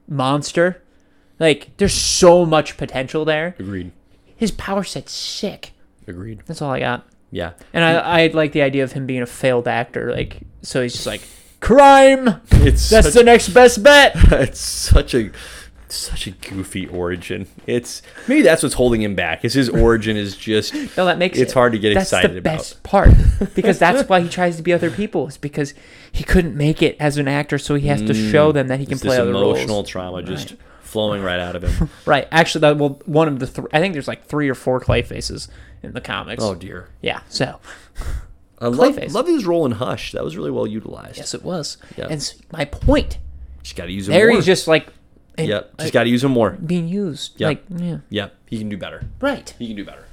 monster, like there's so much potential there. Agreed. His power set's sick. Agreed. That's all I got. Yeah. And I, I like the idea of him being a failed actor. Like, so he's just like, crime. It's That's such, the next best bet. it's such a such a goofy origin. It's maybe that's what's holding him back. Is his origin is just No, that makes It's it- hard to get that's excited the about. best part because that's why he tries to be other people. Is because he couldn't make it as an actor, so he has to show them that he can Mm, it's play this other emotional roles. trauma just flowing right out of him. Right. Actually, that well, one of the thr I think there's like three or four clay faces in the comics. oh dear. yeah. So I love, Clayface. love his role in Hush. That was really well utilized. yes, it was. Yeah. And s my point Just got to use him there, more. he's just like, and- yep. Just got to use him more. being used. Yeah. Like, yeah. Yep. He can do better. Right. He can do better.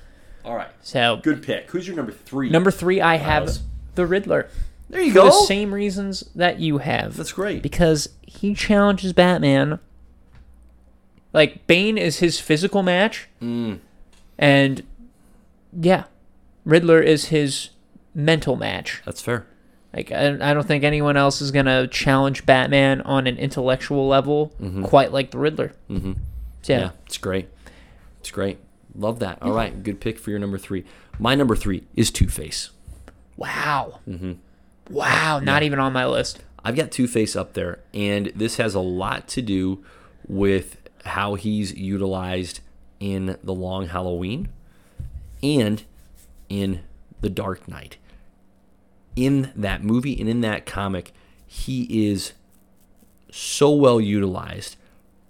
All right. So Good pick. Who's your number three? Number three, I have Miles. the Riddler. There you For go. the same reasons that you have. That's great. Because he challenges Batman. Like, Bane is his physical match. Mm. And, yeah, Riddler is his mental match. That's fair. Like, I, I don't think anyone else is going to challenge Batman on an intellectual level quite like the Riddler. Mm-hmm. So, Yeah, it's great. It's great. Love that. All right, good pick for your number three. My number three is Two Face. wow. Mm-hmm. Wow, not even on my list. I've got Two Face up there, and this has a lot to do with how he's utilized in The Long Halloween and in The Dark Knight. In that movie and in that comic, he is so well utilized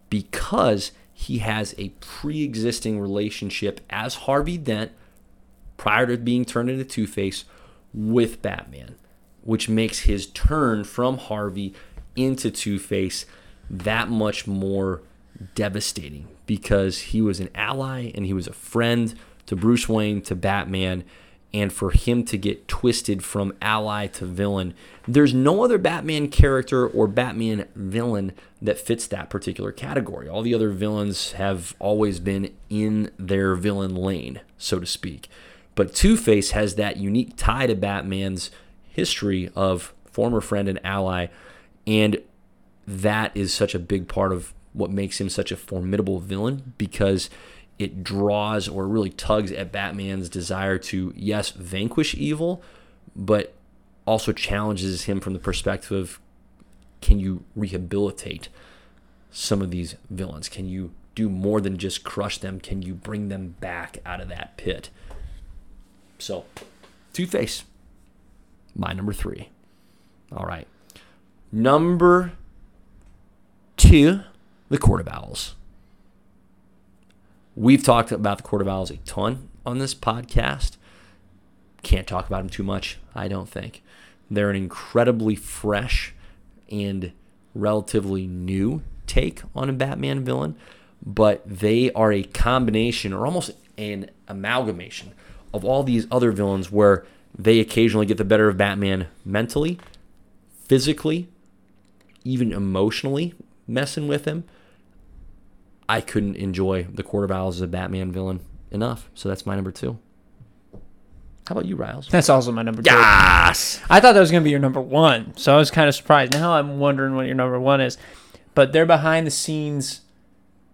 because he has a pre existing relationship as Harvey Dent prior to being turned into Two Face with Batman, which makes his turn from Harvey into Two Face that much more devastating because he was an ally and he was a friend to Bruce Wayne, to Batman. And for him to get twisted from ally to villain, there's no other Batman character or Batman villain that fits that particular category. All the other villains have always been in their villain lane, so to speak. But Two Face has that unique tie to Batman's history of former friend and ally, and that is such a big part of what makes him such a formidable villain because it draws or really tugs at Batman's desire to, yes, vanquish evil, but also challenges him from the perspective of can you rehabilitate some of these villains? Can you do more than just crush them? Can you bring them back out of that pit? So, Two Face, my number three. All right. Number two, the Court of Owls. We've talked about the Court of Owls a ton on this podcast. Can't talk about them too much, I don't think. They're an incredibly fresh and relatively new take on a Batman villain, but they are a combination or almost an amalgamation of all these other villains where they occasionally get the better of Batman mentally, physically, even emotionally messing with him. I couldn't enjoy the Court of Owls as a Batman villain enough. So that's my number two. How about you, Riles? That's also my number two. Yes. I thought that was going to be your number one, so I was kind of surprised. Now I'm wondering what your number one is. But they're behind the scenes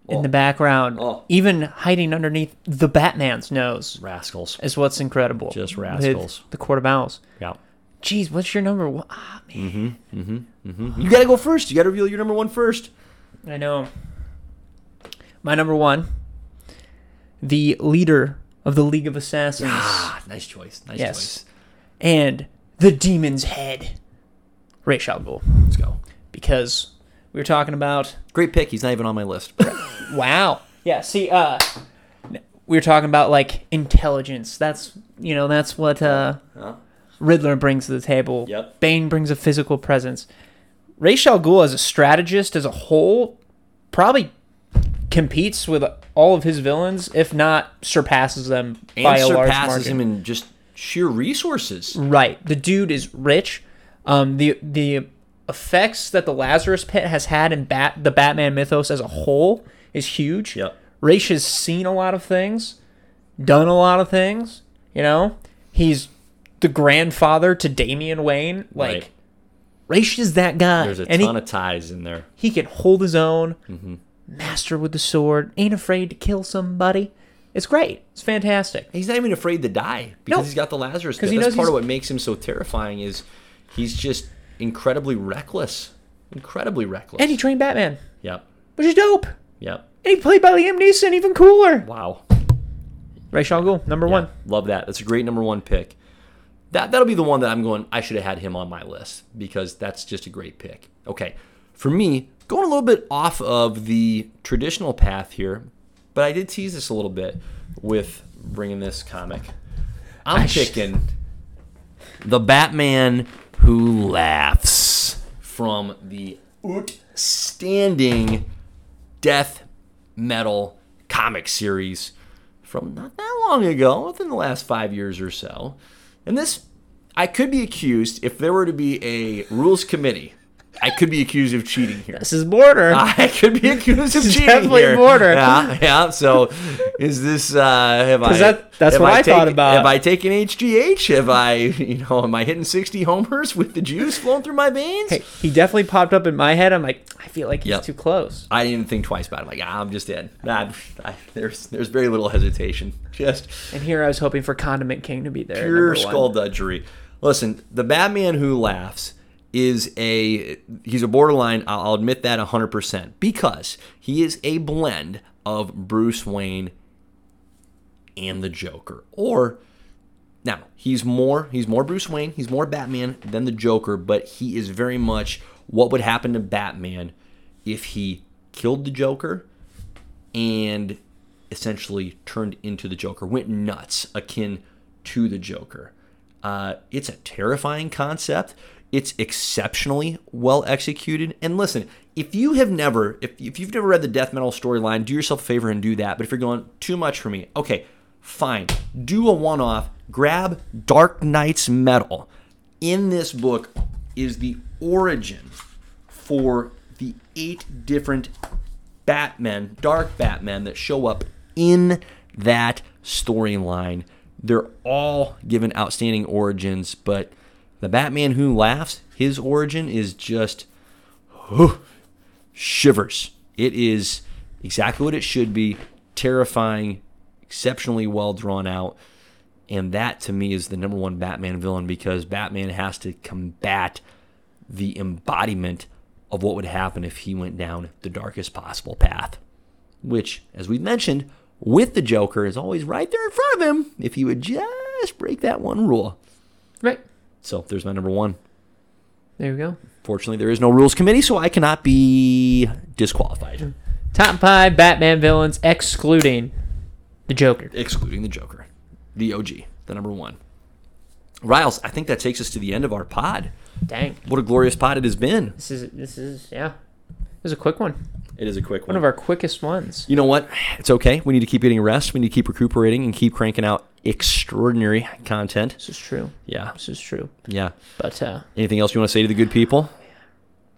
in Oh. the background, Oh. even hiding underneath the Batman's nose, Rascals. is what's incredible. Just with rascals. The Court of Owls. Yeah. Jeez, what's your number one? Ah, Mm-hmm. man. You gotta go first. You gotta reveal your number one first. I know. My number one, the leader of the League of Assassins. Ah, nice choice. Nice yes. And the demon's head, Ra's al Ghul. choice. Let's go. Because we were talking about Great pick. He's not even on my list. Wow. Yeah. See, uh, we were talking about like intelligence. That's you know that's what uh, Huh? Riddler brings to the table. Yep. Bane brings a physical presence. Ra's al Ghul as a strategist as a whole probably competes with all of his villains, if not surpasses them by and a large surpasses margin. him in just sheer resources. Right. The dude is rich. Um, the the effects that the Lazarus Pit has had in Bat the Batman mythos as a whole is huge. Yep. Raish has seen a lot of things, done a lot of things. You know, he's the grandfather to Damian Wayne. Like, Right. Raish is that guy, There's a and ton he, of Mm-hmm. ties in there. he can hold his own. Master with the sword, ain't afraid to kill somebody. It's great. It's fantastic. He's not even afraid to die because No. he's got the Lazarus. 'Cause Pit. he That's knows part he's- of what makes him so terrifying is he's just incredibly reckless, incredibly reckless. And he trained Batman, yep, which is dope. yep. And he played by Liam Neeson, even cooler. Wow, Ra's al Ghul, number one. Yeah, love that. That's a great number one pick. That that'll be the one that I'm going. I should have had him on my list because that's just a great pick. Okay, for me, going a little bit off of the traditional path here, but I did tease this a little bit with bringing this comic. I'm I should- picking the Batman who laughs from the outstanding death metal comic series from not that long ago, within the last five years or so. And this, I could be accused, if there were to be a rules committee, I could be accused of cheating here. This is border. I could be accused of cheating definitely here. border. Yeah, yeah. So, is this? Uh, have I? that- that's have what I thought taken- about. Have I taken HGH? Have I? You know, am I hitting sixty homers with the juice flowing through my veins? Hey, he definitely popped up in my head. I'm like, I feel like he's Yep. too close. I didn't even think twice about it. Like, ah, I'm just in. Nah, I, there's there's very little hesitation. Just And here I was hoping for Condiment King to be there. at number pure one. skullduggery. Listen, the Batman who laughs is a he's a borderline. I'll, I'll admit that 100 percent because he is a blend of Bruce Wayne and the Joker, or now he's more he's more Bruce Wayne, he's more Batman than the Joker, but he is very much what would happen to Batman if he killed the Joker and essentially turned into the Joker, went nuts, akin to the Joker. Uh, it's a terrifying concept. It's exceptionally well executed. And listen, if you have never, if, if you've never read the death metal storyline, do yourself a favor and do that. But if you're going too much for me, okay, fine. Do a one off. Grab Dark Knight's Metal. In this book is the origin for the eight different Batmen, dark Batmen that show up in that storyline. They're all given outstanding origins, but the Batman who laughs, his origin is just whew, shivers. It is exactly what it should be terrifying, exceptionally well drawn out. And that to me is the number one Batman villain because Batman has to combat the embodiment of what would happen if he went down the darkest possible path. Which, as we mentioned, with the Joker is always right there in front of him if he would just break that one rule. Right. So there's my number one. There we go. Fortunately, there is no rules committee, so I cannot be disqualified. Top five Batman villains, excluding The Joker. excluding the Joker, the OG, the number one. Riles, I think that takes us to the end of our pod. Dang. What a glorious pod it has been. This is this is yeah. It was a quick one. It is a quick One of our quickest ones. You know what? It's okay. We need to keep getting rest. We need to keep recuperating and keep cranking out extraordinary content. This is true. Yeah. This is true. Yeah. But uh Anything else you want to say to the good people?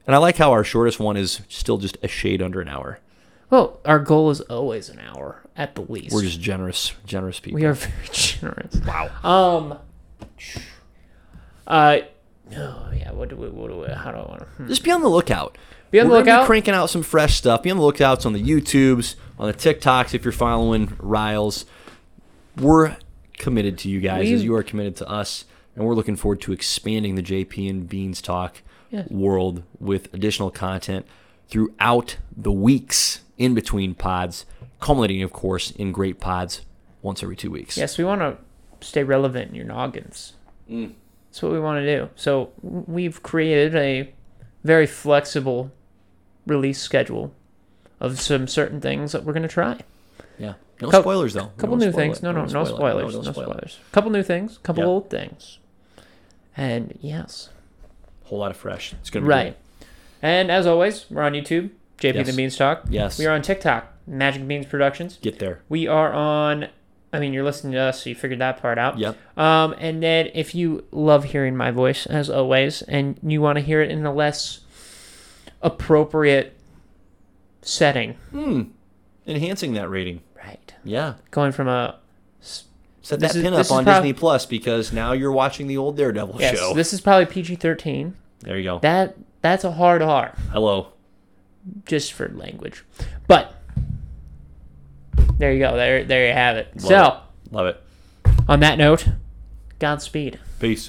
And I like how our shortest one is still just a shade under an hour. well, our goal is always an hour at the least. We're just generous, generous people. We are very generous. Wow. Um uh oh yeah, what do we what do we how do I want to hmm. just be on the lookout. Be on the We're gonna lookout. Be cranking out some fresh stuff. Be on the lookouts on the YouTubes, on the TikToks. If you're following Riles, we're committed to you guys We- as you are committed to us, and we're looking forward to expanding the JP and Beans Talk Yes. world with additional content throughout the weeks in between pods, culminating, of course, in great pods once every two weeks. Yes, we want to stay relevant in your noggins. That's what we want to do. So w- we've created a very flexible release schedule of some certain things that we're going to try. Yeah. No Cou- spoilers though. couple We new don't spoil things. it. No, We no, don't no spoil it. spoilers. don't No spoil it. spoilers. Couple new things. Couple Yeah. old things. And yes, Whole lot of fresh. It's gonna be right. good. And as always, we're on YouTube, JP Yes. the Beans Talk. Yes. We are on TikTok, Magic Beans Productions. Get there. We are on. I mean, you're listening to us, so you figured that part out. Yep. Um, and then if you love hearing my voice, as always, and you want to hear it in a less appropriate setting, Enhancing that rating. right? Yeah. Going from a s- Set This that is- pin this up is on prob- Disney Plus because now you're watching the old Daredevil yes, show. this is probably PG-13. there you go. That that's a hard R, Hello. just for language. But there you go. There there you have it. Love so it. Love it. on that note, Godspeed. Peace.